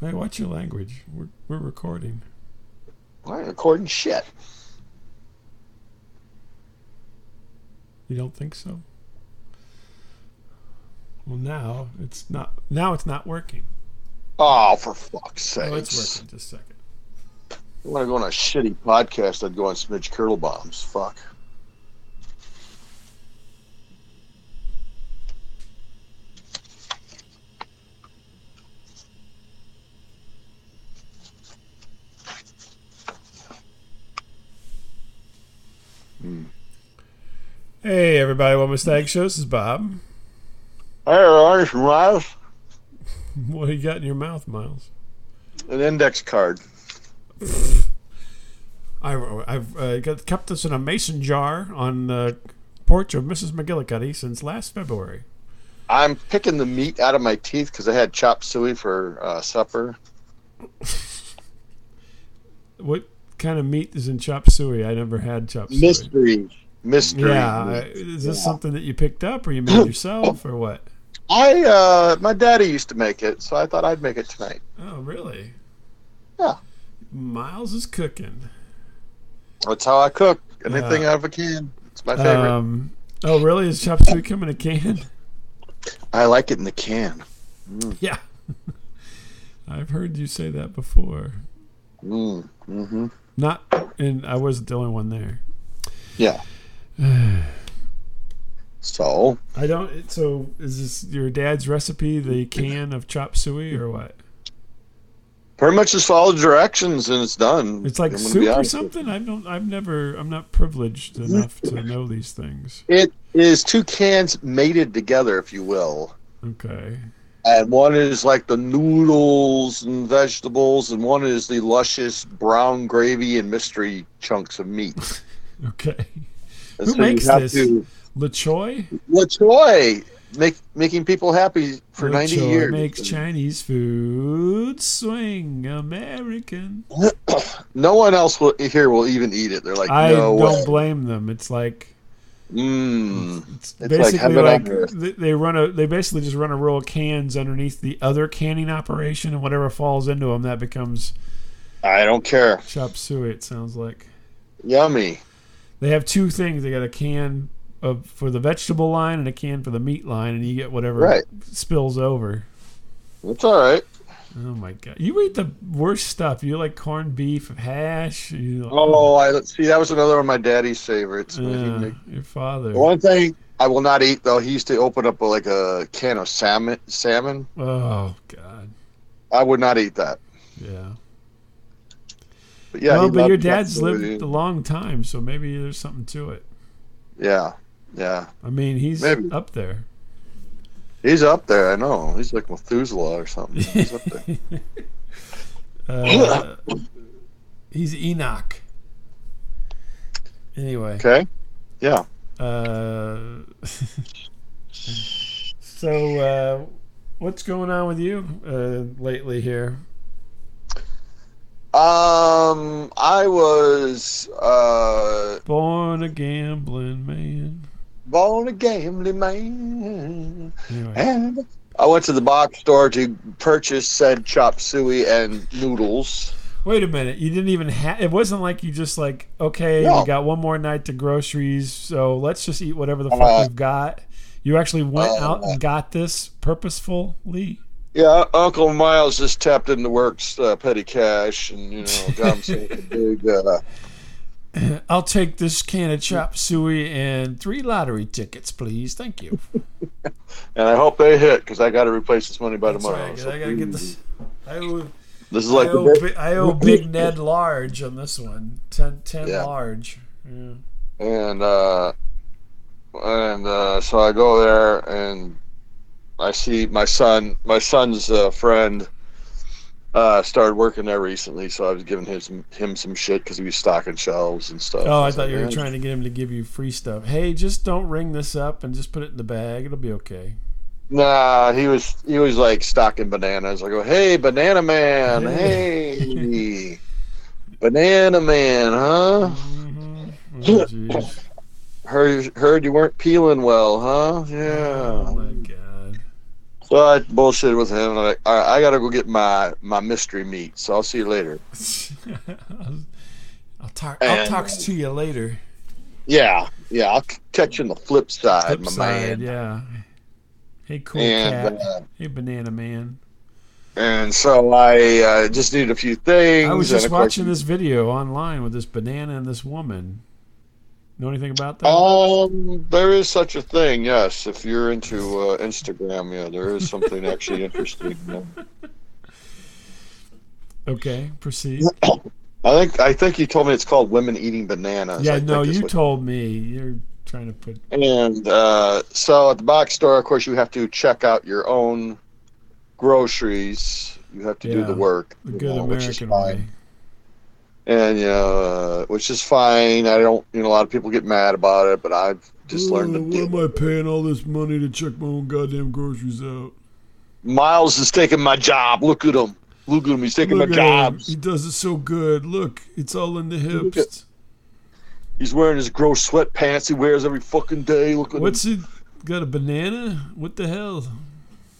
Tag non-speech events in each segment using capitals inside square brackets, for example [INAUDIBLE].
Hey, watch your language. We're, we're recording. Why recording shit? You don't think so? Well, now it's not. Now it's not working. Oh, for fuck's sake! Oh, it's working. Just a second. I want to go on a shitty podcast. I'd go on Smidge Curdle Bombs. Fuck. Hey, everybody! One mistake show. This is Bob. Hey, Lars and Miles. What do you got in your mouth, Miles? An index card. I, I've uh, got, kept this in a mason jar on the porch of Mrs. McGillicuddy since last February. I'm picking the meat out of my teeth because I had chop suey for uh, supper. What kind of meat is in chop suey? I never had chop suey. Mystery. Mystery. Yeah, I- is this something that you picked up or you made yourself or what? I uh, my daddy used to make it, so I thought I'd make it tonight. Oh, really? Yeah. Miles is cooking. That's how I cook. Anything Yeah. out of a can. It's my favorite. Um, oh, really? Is chop suey come in a can? [LAUGHS] I like it in the can. yeah. I've heard you say that before. Mm. hmm Not, and I wasn't the only one there. Yeah. so I don't. it- So, is this your dad's recipe, the can of chop suey, or what? pretty much just follow directions and it's done. It's like I'm gonna be soup or honest with something. I don't. I've never. I'm not privileged enough [LAUGHS] to know these things. you. It is two cans mated together, if you will. Okay. And one is like the noodles and vegetables, and one is the luscious brown gravy and mystery chunks of [LAUGHS] meat. Okay. [LAUGHS] And Who you makes have this? to- LaChoy. LaChoy, make, making people happy for 90 LaChoy years. makes Chinese food swing American. no one else will, here will even eat it. They're like, I no don't way. blame them. It's like Mm. it's, like basically heaven on like, earth. th- they run a they basically just run a row of cans underneath the other canning operation, and whatever falls into them that becomes I don't care. chop suey. It sounds like. Yummy. they have two things. They got a can of for the vegetable line and a can for the meat line, and you get whatever Right. spills over. It's all right. Oh my god! You eat the worst stuff. You like corned beef hash. You Oh, I see. That was another one of my daddy's favorites. when he Yeah, made- your father. One thing I will not eat though. He used to open up like a can of salmon. Salmon. Oh god! I would not eat that. Yeah. But yeah. well, he but your loved dad's chop suey. lived a long time, so maybe there's something to it. Yeah. Yeah. I mean, he's Maybe. up there. He's up there. I know. He's like Methuselah or [LAUGHS] something. He's up there. [COUGHS] Uh, he's Enoch. Anyway. Okay. Yeah. Uh, [LAUGHS] so uh, what's going on with you uh, lately here Um, I was uh born a gambling man born a gambling man, anyway and I went to the box store to purchase said chop suey and noodles. wait a minute you didn't even have it wasn't like you just like okay No. we got one more night to groceries so let's just eat whatever the Uh, fuck we've got you actually went uh, out and got this purposefully [LAUGHS] Yeah, Uncle Miles just tapped into works uh, petty cash, and you know, got [LAUGHS] himself a big. Uh, i'll take this can of chop suey and three lottery tickets please thank you and I hope they hit because I got to replace this money by [LAUGHS] That's tomorrow. right, So, i gotta get this I owe This is like I, the owe, big- Bi- I owe Big Ned large on this one. Ten, 10 Yeah. large. Yeah. and uh, and uh, so I go there and I see my son, my son's uh, friend, uh, started working there recently. So I was giving him some, him some shit because he was stocking shelves and stuff. Oh, I was thought like, you were "Man." trying to get him to give you free stuff. Hey, just don't ring this up and just put it in the bag. It'll be okay. Nah, he was he was like stocking bananas. I go, hey, banana man, hey, banana man, huh? Mhm. Oh, jeez. Heard heard you weren't peeling well, huh? [LAUGHS] oh Yeah. my God. So I bullshit with him. and I'm like, all right, I gotta go get my my mystery meat. So I'll see you later. I'll, I'll talk. I'll And- talk to you later. Yeah, yeah. I'll c- catch you on the flip side, Flip my man. side, yeah. Hey, cool And cat. uh, hey, banana man. and so I uh, just needed a few things. I was and just of course- watching this video online with this banana and this woman. Know anything about that? [LAUGHS] Um, there is such a thing. Yes, if you're into uh, Instagram, yeah, there is something [LAUGHS] actually interesting. yeah. Okay, proceed. I think I think you told me it's called women eating bananas. I Yeah, think no, is you what- told me you're trying to put. And uh, so at the box store, of course, you have to check out your own groceries. You have to do Yeah, the work, The you good know, which is American fine. way. And you know, uh, which is fine. I don't, you know, a lot of people get mad about it, but I've just learned to deal. I paying all this money to check my own goddamn groceries out? Miles is taking my job. Look at him. Look at him. He's taking my him. jobs. He does it so good. Look, it's all in the Look at- hips. He's wearing his gross sweatpants he wears every fucking day. Look at What's it? Got a banana? What the hell? him.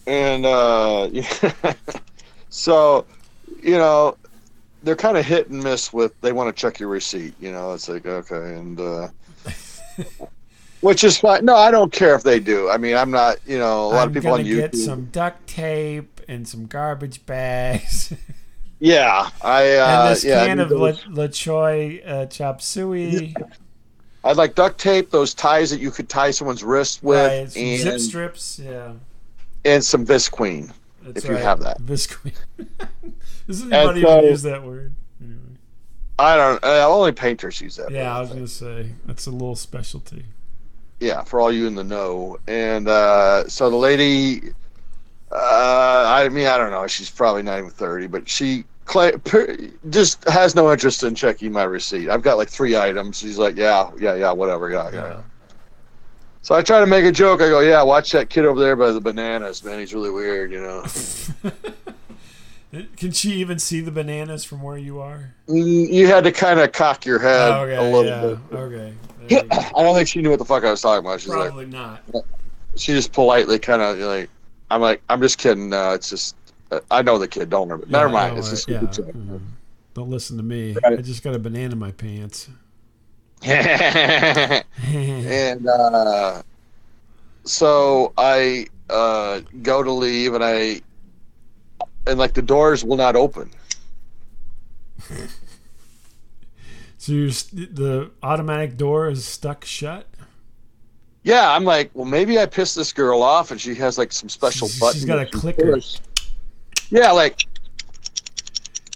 And uh, [LAUGHS] so, you know, they're kind of hit and miss with they want to check your receipt. You know, it's like okay, and [LAUGHS] uh, which is fine. No, I don't care if they do. I mean, I'm not. You know, a lot I'm of people gonna on YouTube. get some duct tape and some garbage bags [LAUGHS] Yeah, I. Uh, and this yeah, I can need of those- la, la choy uh, chop suey. I like duct tape, those ties that you could tie someone's wrist Right, with, some zip and, strips. Yeah, and some Visqueen. that's If you right. have that. Biscuit. [LAUGHS] Does anybody so- even use that word? Anyway. I don't. Uh, only painters use that. Yeah, I was gonna say that's a little specialty. yeah, for all you in the know. And uh, so the lady, uh, I mean, I don't know, she's probably not even 30, but she cla- per- just has no interest in checking my receipt. I've got like three items. She's like, yeah, yeah, yeah, whatever, yeah, yeah. Yeah. So I try to make a joke. I go, yeah, watch that kid over there by the bananas, man. He's really weird, you know. [LAUGHS] Can she even see the bananas from where you are? Oh, Mm, you had to kind of cock your head okay, Uh, a little yeah. bit. Okay. there you go. [CLEARS THROAT] I don't think she knew what the fuck I was talking about. She's like, Probably not. she just politely kind of like, I'm like, I'm just kidding. No, it's just, uh, I know the kid. Don't remember. [LAUGHS] Never Yeah, mind. no, it's uh, just yeah, mhm. Don't listen to me. Right. I just got a banana in my pants. [LAUGHS] and uh, so I uh, go to leave, and I and like the doors will not open. [LAUGHS] so you're, st- the automatic door is stuck shut. Yeah, I'm like, well, maybe I pissed this girl off, and she has like some special She's- button. she's got a that she clicker. pushes. Yeah, like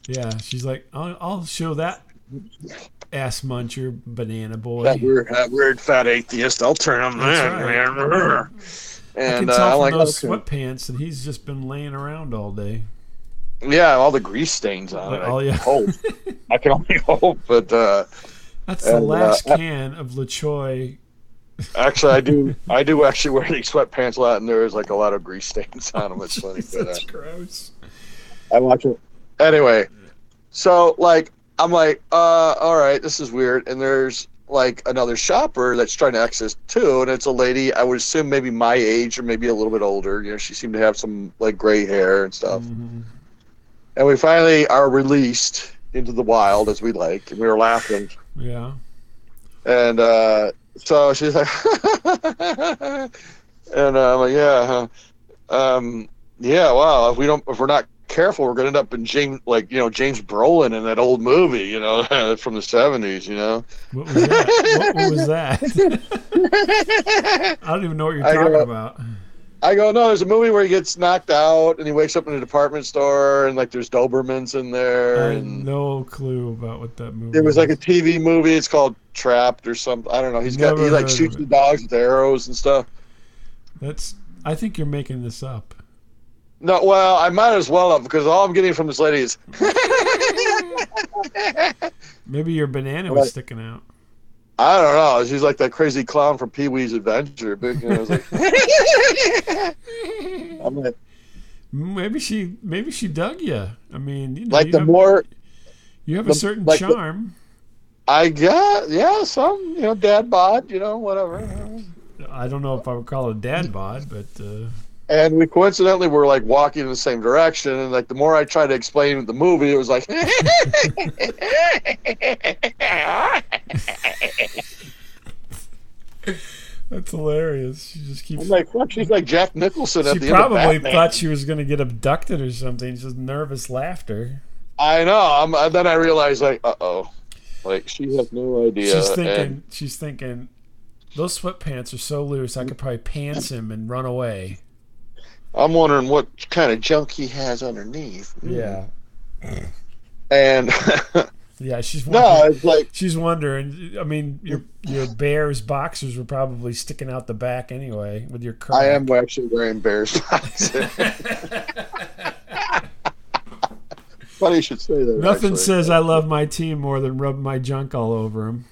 Yeah, she's like, I'll, I'll show that ass muncher banana boy. that weird, that weird fat atheist. I'll turn him That's in, man. right. I can And uh, tell I'm from like, those okay. sweatpants that he's just been laying around all day. yeah, all the grease stains on it. Oh, I yeah. hope. [LAUGHS] I can only [LAUGHS] hope, but uh, That's the And, uh, last I- can of LaChoy. Actually, I do. I do actually wear these sweatpants a lot, and there is like a lot of grease stains on them. Oh, It's funny, but uh, [LAUGHS] That's gross. I watch it anyway. So like, I'm like, uh, all right, this is weird. And there's like another shopper that's trying to access too, and it's a lady. I would assume maybe my age or maybe a little bit older. You know, she seemed to have some like gray hair and stuff. Mhm. And we finally are released into the wild as we like, and we were laughing. Yeah. And uh, so she's like, [LAUGHS] and uh, I'm like, yeah, huh. um, yeah, wow. If we don't, if we're not careful, we're gonna end up in James, like you know, James Brolin in that old movie, you know, [LAUGHS] from the '70s, you know. What was that? what, [LAUGHS] what was that? [LAUGHS] I don't even know what you're I talking got- about. I go, no, there's a movie where he gets knocked out and he wakes up in a department store and like there's Dobermans in I there have and no clue about what that movie. there was like a is. TV movie. It's called Trapped or something. I don't know. He's got Never he heard like of shoots it. the dogs with arrows and stuff. That's. I think you're making this up. No, well, I might as well have because all I'm getting from this lady is. Maybe your banana Right. was sticking out. I don't know. She's like that crazy clown from Pee Wee's Adventure. But you know, I was like, I'm like, Maybe she. Maybe she dug you. I mean, you know, like you the have, more you have a the- certain like the- charm. I got, yeah, some you know, dad bod, you know, whatever. I don't know if I would call it dad bod, but uh, And we coincidentally were like walking in the same direction, and like the more I tried to explain the movie, it was like, [LAUGHS] That's hilarious. She just keeps. I'm like, fuck, she's like Jack Nicholson at she the probably end of Batman. thought she was going to get abducted or something. It's just nervous laughter. I know. I'm, and then I realized, like, uh oh, like she has no idea. she's thinking. and- She's thinking. Those sweatpants are so loose. I could probably pants him and run away. I'm wondering what kind of junk he has underneath. Yeah. And [LAUGHS] Yeah. She's no, wondering- it's like She's wondering. I mean, your your Bears boxers were probably sticking out the back anyway with your. Curl. I am actually wearing Bears boxers. [LAUGHS] [LAUGHS] Funny you should say that. Nothing actually. says I love my team more than rub my junk all over him.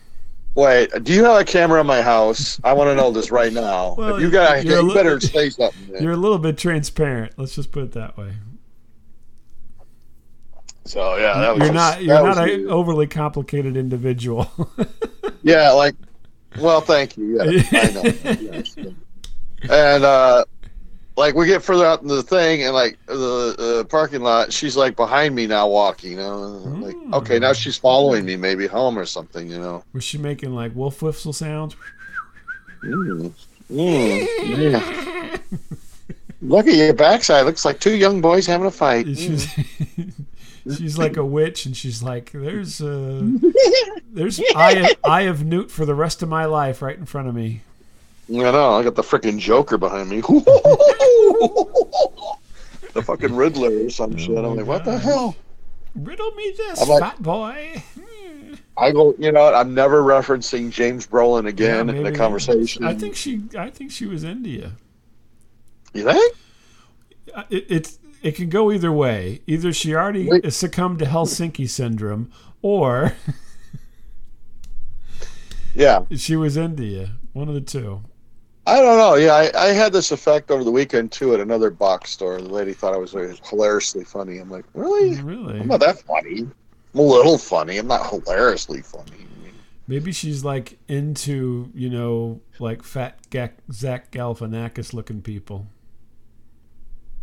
Wait, do you have a camera in my house? I want to know this right now. Well, if you got, you're a you li- better say something. man. You're a little bit transparent. Let's just put it that way. So yeah, that was You're just- not that you're was not an you. overly complicated individual. [LAUGHS] Yeah, like, well, thank you. Yeah, I [LAUGHS] know. Yes. And uh, like, we get further out into the thing, and like the uh, parking lot, she's like behind me now, walking. You know, and, like, Mm. okay, now she's following me, maybe home or something. You know. Was she making like wolf whistle sounds? Mm. Mm. Yeah. Look at your backside. Looks like two young boys having a fight. [LAUGHS] Mm. She's [LAUGHS] she's like a witch, and she's like, [LAUGHS] "There's uh, there's eye of, eye of Newt for the rest of my life right in front of me." I know. I got the freaking Joker behind me. [LAUGHS] the fucking Riddler or some shit. I'm like, what the God. hell? Riddle me this, I'm like- fat boy. Hmm. I go, you know, what, I'm never referencing James Brolin Yeah, again in the maybe- conversation. I think she I think she was India. you think? Uh, It, it's it can go either way. Either she already Wait. succumbed to Helsinki syndrome, or Yeah, she was India. One of the two. I don't know. Yeah, I, I had this effect over the weekend too at another box store. The lady thought I was hilariously funny. I'm like, really? Really? I'm not that funny. I'm a little funny. I'm not hilariously funny. Maybe she's like into you know like fat Ga- Zach Galifianakis looking people.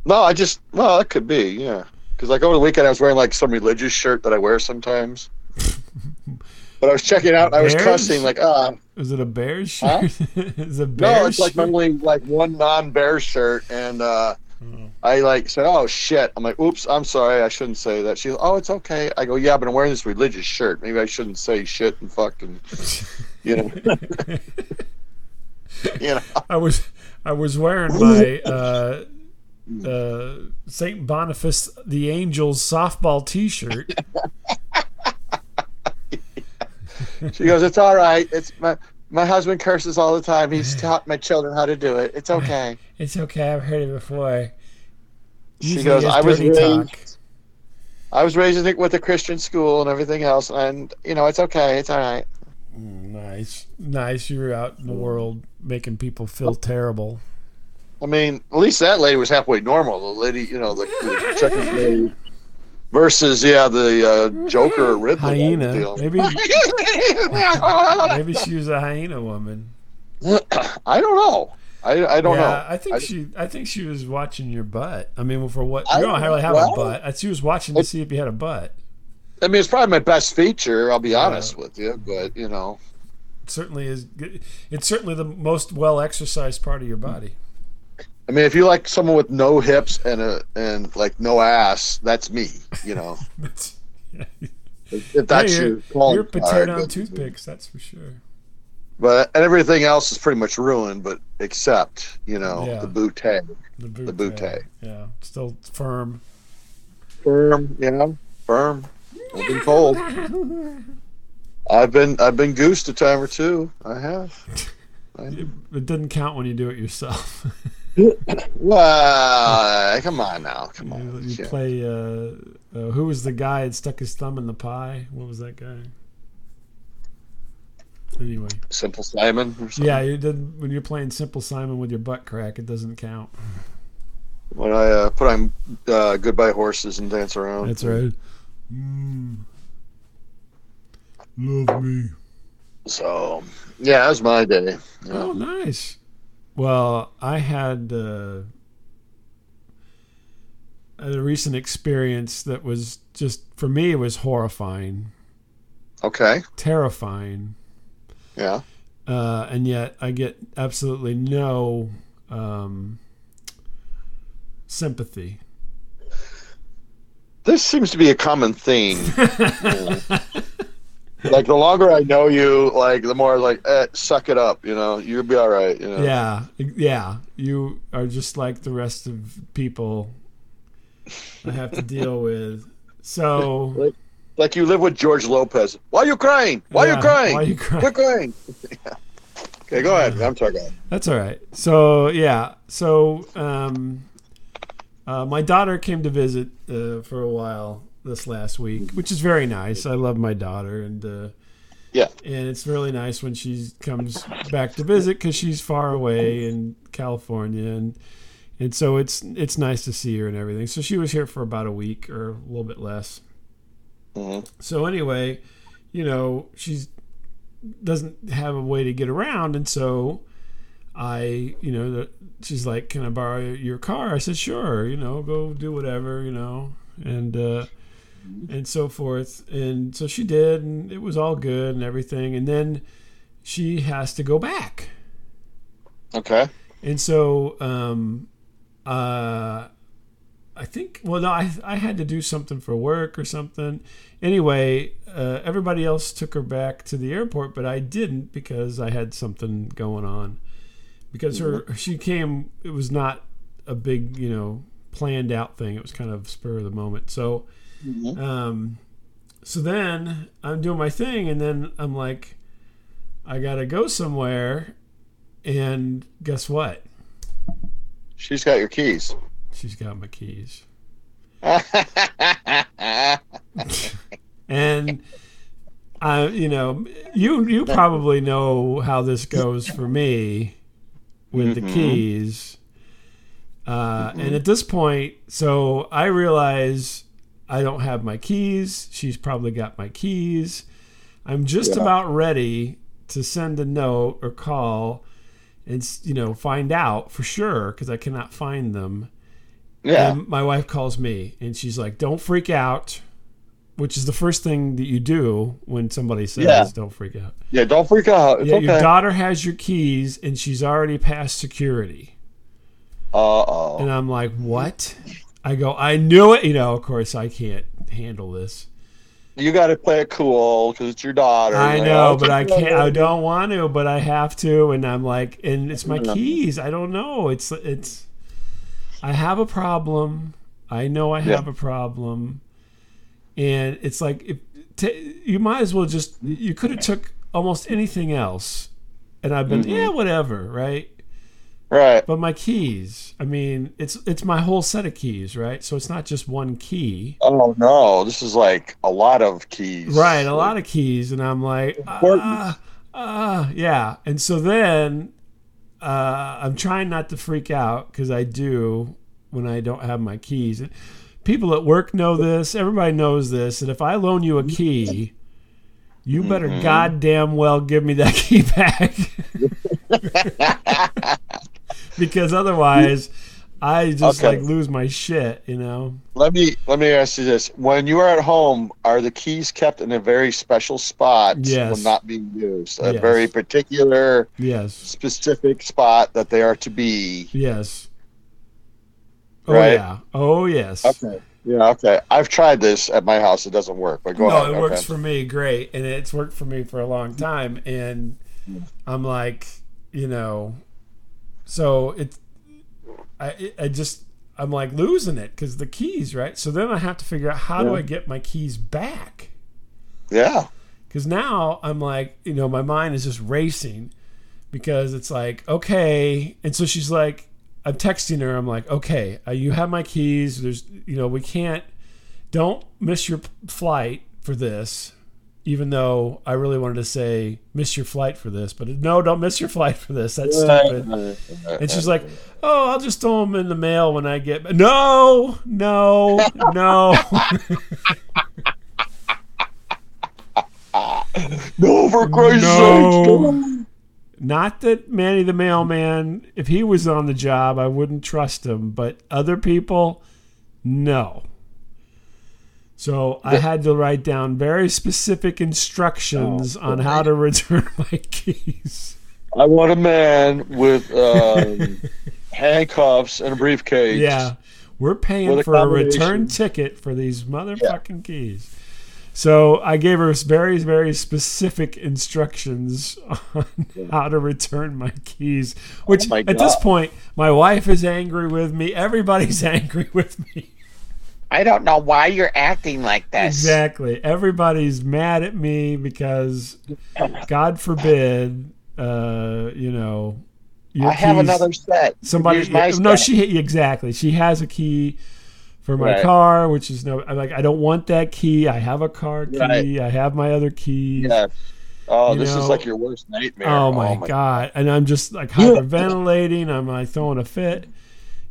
No, I just well, that could be yeah. Because like over the weekend, I was wearing like some religious shirt that I wear [LAUGHS] sometimes. but I was checking out. I was Bears? cussing like ah Is it a bear Huh? shirt? [LAUGHS] Is it a bear no, it's like shirt? normally like one non-bear shirt and. uh Oh. I like said, "Oh shit!" I'm like, "Oops, I'm sorry. I shouldn't say that." She's, "Oh, it's okay." I go, "Yeah, but I'm wearing this religious shirt. Maybe I shouldn't say shit and fuck and you know, you know." [LAUGHS] I was I was wearing my uh, uh, Saint Boniface the Angels [LAUGHS] softball T-shirt. She goes, "It's all right. It's my my husband curses all the time. He's taught my children how to do it. It's okay." It's okay, I've heard it before. She Usually goes, it's "I was dirty raised, I was raised in- with a Christian school and everything else, and you know, it's okay. It's all right." Mm, Nice, nice. You're out Mm. in the world making people feel terrible. I mean, at least that lady was halfway normal. The lady, you know, the, the second lady versus yeah, the uh, Joker or Riddler Hyena. deal. [LAUGHS] Maybe maybe she was a hyena woman. I don't know. I, I don't yeah, know. I think I- she. I think she was watching your butt. I mean, for what? I You don't don't- really have well, a butt. She was watching to see if you had a butt. I mean, it's probably my best feature. I'll be honest with you, but you know, It certainly is. It's certainly the most well exercised part of your body. [LAUGHS] I mean, if you like someone with no hips and a and like no ass, that's me. You [LAUGHS] know, That's, if if that's Yeah, your calling you're card, potato on but- toothpicks. That's for sure. But and everything else is pretty much ruined, but except you know Yeah. the boot tag. The boot. boot tail. tail. Yeah, still firm. [LAUGHS] firm, you know, firm. I've been cold. I've been I've been goosed a time or two. I have. It, it doesn't count when you do it yourself. [LAUGHS] Well, come on now, come you on. you shit. play. Uh, uh, who was the guy that stuck his thumb in the pie? What was that guy? Anyway, Simple Simon or something. yeah, you did, when you're playing Simple Simon with your butt crack, it doesn't count. When I uh, put on uh, Goodbye Horses and dance around. That's right. Mm. Love me. So yeah, that was my day. Oh, nice. Well, I had uh, a recent experience that was just for me it was horrifying, Okay. terrifying, Yeah. uh, and yet I get absolutely no um, sympathy. This seems to be a common theme. like the longer I know you, like the more like, eh, suck it up. You know, you'll be all right. You know. [LAUGHS] yeah, yeah. You are just like the rest of people I have to deal with. So Like you live with George Lopez. Why are you crying? Why are Yeah, you crying? why are you crying? Quit crying. Yeah. Okay, go ahead. I'm sorry. go ahead. That's all right. So yeah, so um, uh, my daughter came to visit uh, for a while this last week, which is very nice. I love my daughter, and uh, Yeah. and it's really nice when she comes back to visit because she's far away in California, and and so it's it's nice to see her and everything. So she was here for about a week or a little bit less. Mhm. So anyway, you know, she's doesn't have a way to get around, and so I, you know, the, she's like, "Can I borrow your car?" I said, "Sure." You know, go do whatever, you know, and uh, and so forth. And so she did, and it was all good and everything. And then she has to go back. Okay. And so, um, uh, I think, well, no, I, I had to do something for work or something. Anyway, uh, everybody else took her back to the airport, but I didn't because I had something going on. Because her, she came, it was not a big, you know, planned out thing. It was kind of spur of the moment. So, um, so then I'm doing my thing, and then I'm like, I gotta go somewhere, and guess what? She's got your keys. She's got my keys. [LAUGHS] yeah. And I you know, you you probably know how this goes for me with the Mhm. keys. Uh, and at this point, so I realize I don't have my keys. She's probably got my keys. I'm just Yeah. about ready to send a note or call and s- you know find out for sure because I cannot find them. And my wife calls me and she's like, "Don't freak out," which is the first thing that you do when somebody says, Yeah. "Don't freak out." Yeah, don't freak out. It's yeah, your okay. daughter has your keys and she's already past security. uh oh. And I'm like, "What?" I go, "I knew it." You know, of course, I can't handle this. You got to play it cool because it's your daughter. I Like, know, "Oh, but I it's your can't. I daughter." don't want to, but I have to. And I'm like, and it's my Yeah. keys. I don't know. It's it's. I have a problem. I know I Yeah. have a problem, and it's like if t- you might as well just you could have took almost anything else, and I've been Mhm. yeah whatever right. Right. But my keys. I mean, it's it's my whole set of keys, right? So it's not just one key. Oh no, this is like a lot of keys. Right, a lot of keys, and I'm like, ah, ah, yeah. And so then uh, I'm trying not to freak out because I do when I don't have my keys. And people at work know this. Everybody knows this. And if I loan you a Mm-hmm. key, you better goddamn well give me that [LAUGHS] key back because otherwise, I just Okay. like lose my shit. You know? [LAUGHS] Let me let me ask you this: When you are at home, are the keys kept in a very special spot? Yes. Will not be used. A Yes. very particular, Yes. specific spot that they are to be. Yes. Oh Right? yeah. Oh yes. Okay. Yeah. Okay. I've tried this at my house. It doesn't work. But go no, ahead. it works okay. for me great, and it's worked for me for a long time. And I'm like, you know, so it's I it- I just I'm like losing it because the keys, right? So then I have to figure out how do Yeah. I get my keys back? yeah. Because now I'm like, you know, my mind is just racing because it's like, okay. And so she's like, I'm texting her. I'm like, okay, uh, you have my keys. There's, you know, we can't, don't miss your p- flight for this. Even though I really wanted to say, miss your flight for this, but no, don't miss your flight for this. That's stupid. And she's like, oh, I'll just throw them in the mail when I get. ba-" No, no, no. [LAUGHS] "No, for Christ's sake!" No. Not that Manny the Mailman, if he was on the job, I wouldn't trust him, but other people, no. So I had to write down very specific instructions Oh, on how to return [LAUGHS] my keys. I want a man with [LAUGHS] um, handcuffs and a briefcase. Yeah. We're paying With a for a return combination. ticket for these motherfucking keys. So I gave her very, very specific instructions on how to return my keys. Which Oh my at this God. point, my wife is angry with me. Everybody's [LAUGHS] angry with me. I don't know why you're acting like this. Exactly. Everybody's mad at me because, God forbid, uh, you know, your I have keys- another set. somebody. Here's my no, set. she exactly. She has a key for my Right. car, which is no. I'm like, I don't want that key. I have a car key. Right. I have my other keys. Yeah. Oh, You this know- is like your worst nightmare. Oh my, god! And I'm just like Yeah. hyperventilating. I'm like throwing a fit.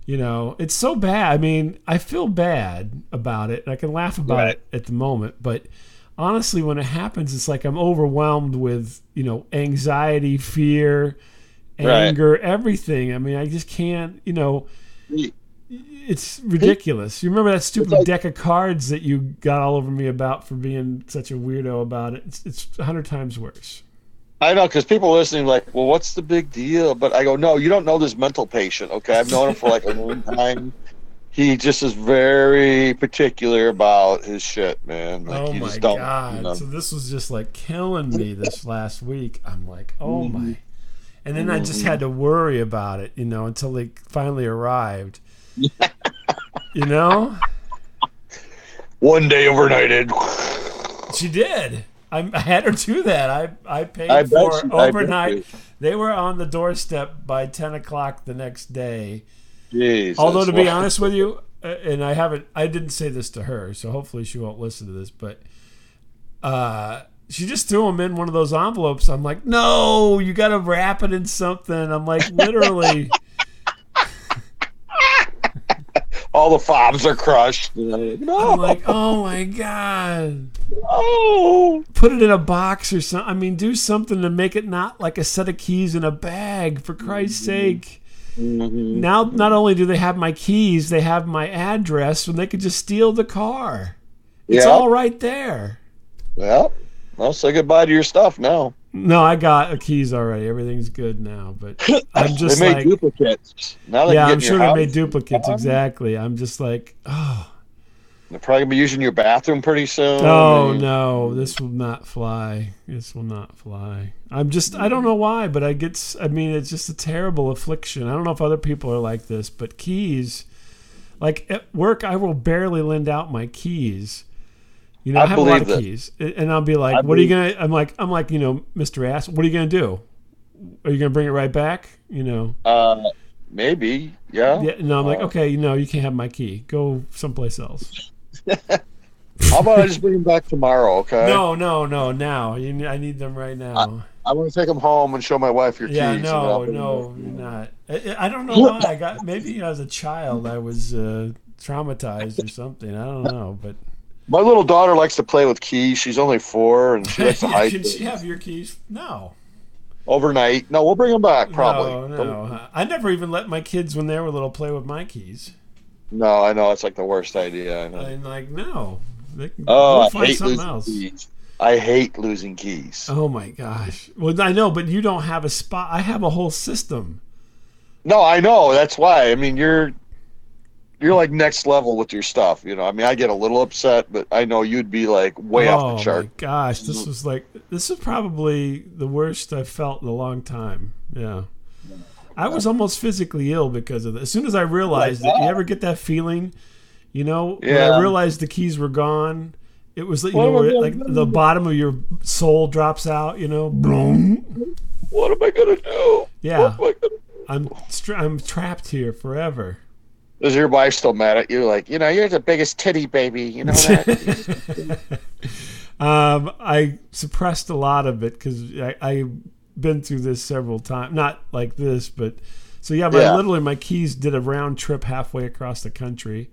You know, it's so bad. I mean, I feel bad about it, and I can laugh about Right. it at the moment. But honestly, when it happens, it's like I'm overwhelmed with you know anxiety, fear, Right. anger, everything. I mean, I just can't. You know, Hey. it's ridiculous. You remember that stupid like- deck of cards that you got all over me about for being such a weirdo about it? It's, it's a hundred times worse. I know because people listening like, well, what's the big deal? But I go, no, you don't know this mental patient. Okay, I've known him for like a long time. He just is very particular about his shit, man. Like, oh you my just don't, god! you know. So this was just like killing me this last week. I'm like, oh Mm-hmm. my! And then I just had to worry about it, you know, until they [LAUGHS] finally arrived. you know, One day overnighted. [LAUGHS] she did. I, I had her do that. I I paid I bet for you- I bet overnight. you. They were on the doorstep by ten o'clock the next day. Jeez. Although to that's be why- honest with you, uh, and I haven't, I didn't say this to her, so hopefully she won't listen to this. But uh, she just threw them in one of those envelopes. I'm like, no, you got to wrap it in something. I'm like, [LAUGHS] literally, all the fobs are crushed. You know, No, [LAUGHS] I'm like, oh my god, oh, put it in a box or something. I mean, do something to make it not like a set of keys in a bag. For Christ's Mm-hmm. sake. Now, not only do they have my keys, they have my address, and they could just steal the car. yeah. It's all right there. Well, I'll say goodbye to your stuff now. No, I got the keys already. Everything's good now, but I'm just they made like, duplicates. Now they can yeah, get I'm in sure your they house. made duplicates. Um, Exactly. I'm just like, oh, They're probably gonna be using your bathroom pretty soon. oh and- no, this will not fly. This will not fly. I'm just, I don't know why, but I get, s- I mean, it's just a terrible affliction. I don't know if other people are like this, but keys, like at work, I will barely lend out my keys. You know, I, I have a lot believe of that. keys, A- and I'll be like, I "What are you gonna?" I'm like, "I'm like, you know, Mr. Ass, what are you gonna do? Are you gonna bring it right back? You know?" Uh, maybe. Yeah. Yeah, no, I'm like, Uh, okay, no, you can't have my key. Go someplace else. [LAUGHS] How about I just bring them back tomorrow? Okay. No, no, no, now. You, ne- I need them right now. I want to take them home and show my wife your yeah, keys. and I'll no, bring 'em no, back. you're not. I, I- I don't know why. I got maybe as a child I was uh, traumatized or something. I don't know, but My little daughter likes to play with keys. She's only four and she likes [LAUGHS] to hide can she them have your keys? No, overnight. No, we'll bring them back probably. no, no. I never even let my kids when they were little play with my keys. No, I know it's like the worst idea. I know. I'm like, no, they can oh, go I find hate something losing else. keys. I hate losing keys. Oh my gosh. Well, I know, but you don't have a spot. I have a whole system. No, I know. That's why. I mean, you're you're like next level with your stuff. You know, I mean, I get a little upset, but I know you'd be like way off the chart. Oh, my gosh, this was like this is probably the worst I've felt in a long time. Yeah. I was almost physically ill because of this. As soon as I realized it, you ever get that feeling, you know, when I Yeah. realized the keys were gone, it was like you What know, am I where, gonna like the bottom of your soul drops out, you know. Boom. What am I gonna do? Yeah, What am I gonna I'm stra- I'm trapped here forever. Is your wife still mad at you? Like, you know, you're the biggest titty baby. You know that? [LAUGHS] Um, I suppressed a lot of it because I've been through this several times. Not like this, but so yeah, my, Yeah. literally my keys did a round trip halfway across the country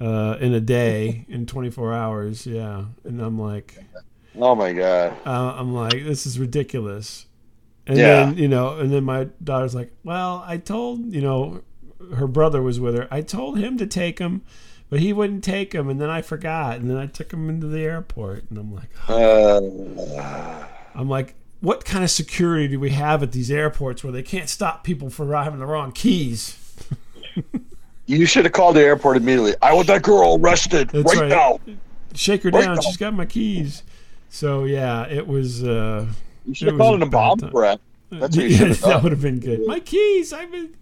uh, in [LAUGHS] a day in 24 hours. Yeah, and I'm like, oh my god. uh, I'm like, this is ridiculous. And Yeah. then you know, and then my daughter's like, well, I told you know, her brother was with her. I told him to take them, But he wouldn't take him, and then I forgot, and then I took him into the airport, and I'm like, Uh, I'm like, what kind of security do we have at these airports where they can't stop people for having the wrong keys? you should have called the airport immediately. I want that girl arrested That's right, right. now. Shake her Wait, down. no. She's got my keys. So yeah, it was. Uh, You should It have was called a it a bad bomb time. threat. [LAUGHS] That's what you yeah, should have that done. would have been good. My keys. I've been.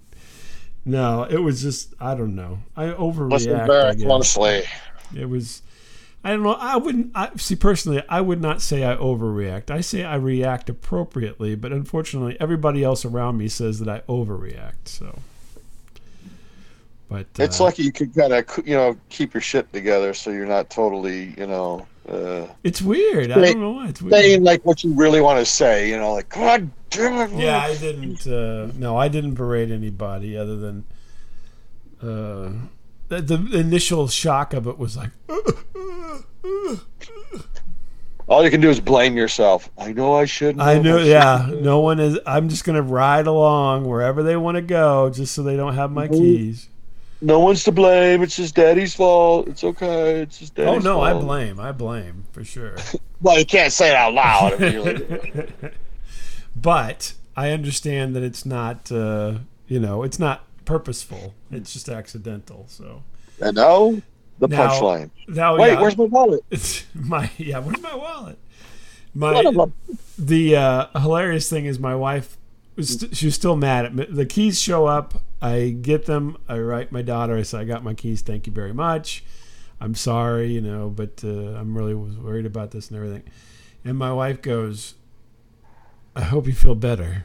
No, it was just I don't know. I Let's overreact. I embarrass guess. honestly. It was. I don't know. I wouldn't. I see personally. I would not say I overreact. I say I react appropriately. But unfortunately, everybody else around me says that I overreact. So. But It's uh, lucky you could kind of you know keep your shit together so you're not totally you know uh, it's weird. I They- don't know why it's weird. saying like what you really want to say. You know, like God damn it. Yeah, I didn't. Uh, no, I didn't berate anybody other than uh, the, the initial shock of it was like, All you can do is blame yourself. I know I shouldn't. I have, knew. shouldn't Yeah, have. no one is. I'm just gonna ride along wherever they want to go, just so they don't have my Mhm. keys. No one's to blame. It's his daddy's fault. It's okay. It's his daddy's Oh no, I fault. blame. I blame for sure. Well, you can't say it out loud. [LAUGHS] but I understand that it's not. Uh, you know, it's not purposeful. It's just accidental. So [LAUGHS] And now the Now- punchline. now, Wait, yeah. where's my wallet? It's my yeah. Where's my wallet? Son of My a- the uh, hilarious thing is my wife was st- she was still mad at me. The keys show up. I get them. I write my daughter. I say I got my keys. Thank you very much. I'm sorry, you know, but uh, I'm really was worried about this and everything. And my wife goes, "I hope you feel better.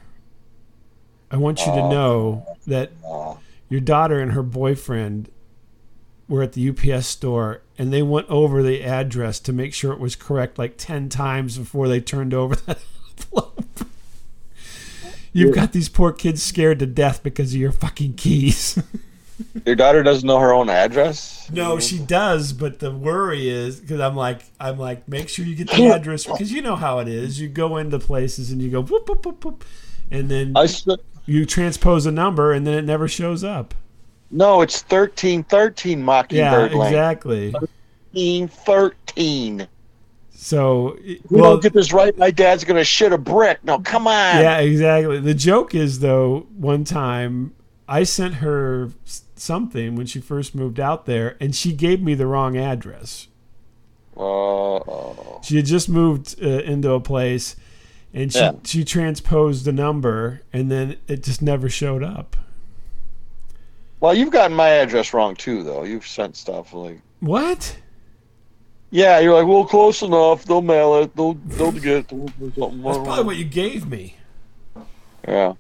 I want you to Aw. know that Aw. your daughter and her boyfriend were at the UPS store and they went over the address to make sure it was correct like 10 times before they turned over [LAUGHS] that envelope. You've got these poor kids scared to death because of your fucking keys. [LAUGHS] Your daughter doesn't know her own address. no, she does, but the worry is cuz I'm like I'm like make sure you get the address because you know how it is. You go into places and you go whoop whoop whoop whoop and then I s- you transpose a number and then it never shows up. no, it's thirteen thirteen Yeah, Mockingbird Lane. exactly. Thirteen thirteen. So We well, don't get this right. My dad's gonna shit a brick. No, come on. yeah, exactly. The joke is though, one time I sent her s- something when she first moved out there, and she gave me the wrong address. Uh, She had just moved uh, into a place, and she Yeah. she transposed the number, and then it just never showed up. well, you've gotten my address wrong too, though. You've sent stuff like, What? yeah, you're like, well, close enough. They'll mail it. They'll they'll get it. They'll do something. That's probably what you gave me. Yeah.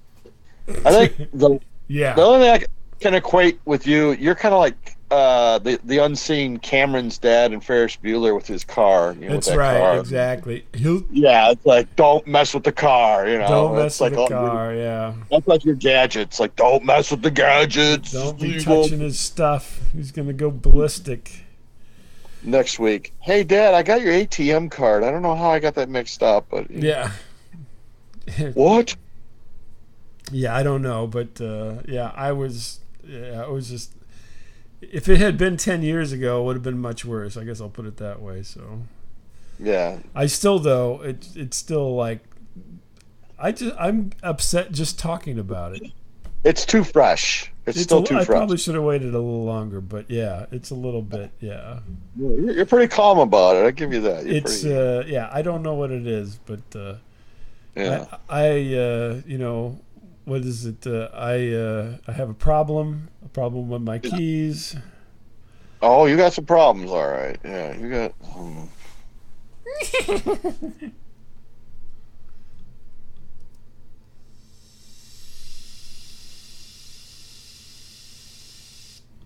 I [LAUGHS] think the the Yeah. only thing I can equate with you, you're kind of like uh, the the unseen Cameron's dad and Ferris Bueller with his car. You know, That's with that right. car. Exactly. He'll Yeah, it's like don't mess with the car. You know, don't That's mess like with all- the car. Yeah. That's like your gadgets. Like don't mess with the gadgets. Don't You be won't- touching his stuff. He's gonna go ballistic. next week. Hey, Dad, I got your ATM card. I don't know how I got that mixed up, but [LAUGHS] Yeah. What? Yeah, I don't know, but uh, yeah, I was, yeah, I was just. If it had been ten years ago, it would have been much worse. I guess I'll put it that way. So Yeah, I still, though, it, it's still like, I just, I'm upset just talking about it. it's too fresh. It's, It's a still li- too I fresh. probably should have waited a little longer, but yeah, it's a little bit, yeah. You're you're pretty calm about it. I give you that. You're It's, pretty, uh, yeah, I don't know what it is, but uh, yeah. I, I uh, you know, what is it? Uh, I, uh, I have a problem, a problem with my keys. hmm. Oh, you got some problems, all right. Yeah, you got. Um,